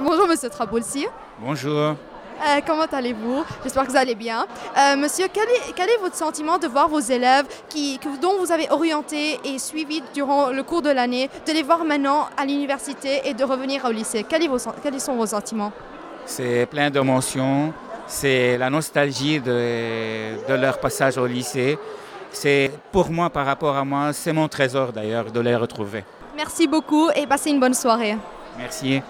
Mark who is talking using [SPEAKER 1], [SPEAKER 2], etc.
[SPEAKER 1] Bonjour Monsieur Traboulsi.
[SPEAKER 2] Bonjour.
[SPEAKER 1] Euh, comment allez-vous J'espère que vous allez bien. Euh, monsieur, quel est, quel est votre sentiment de voir vos élèves qui, que- dont vous avez orienté et suivi durant le cours de l'année, de les voir maintenant à l'université et de revenir au lycée Quel est vos sen- Quels sont vos sentiments
[SPEAKER 2] C'est plein d'émotions. C'est la nostalgie de, de leur passage au lycée. C'est pour moi, par rapport à moi, c'est mon trésor d'ailleurs de les retrouver.
[SPEAKER 1] Merci beaucoup et passez une bonne soirée.
[SPEAKER 2] Merci.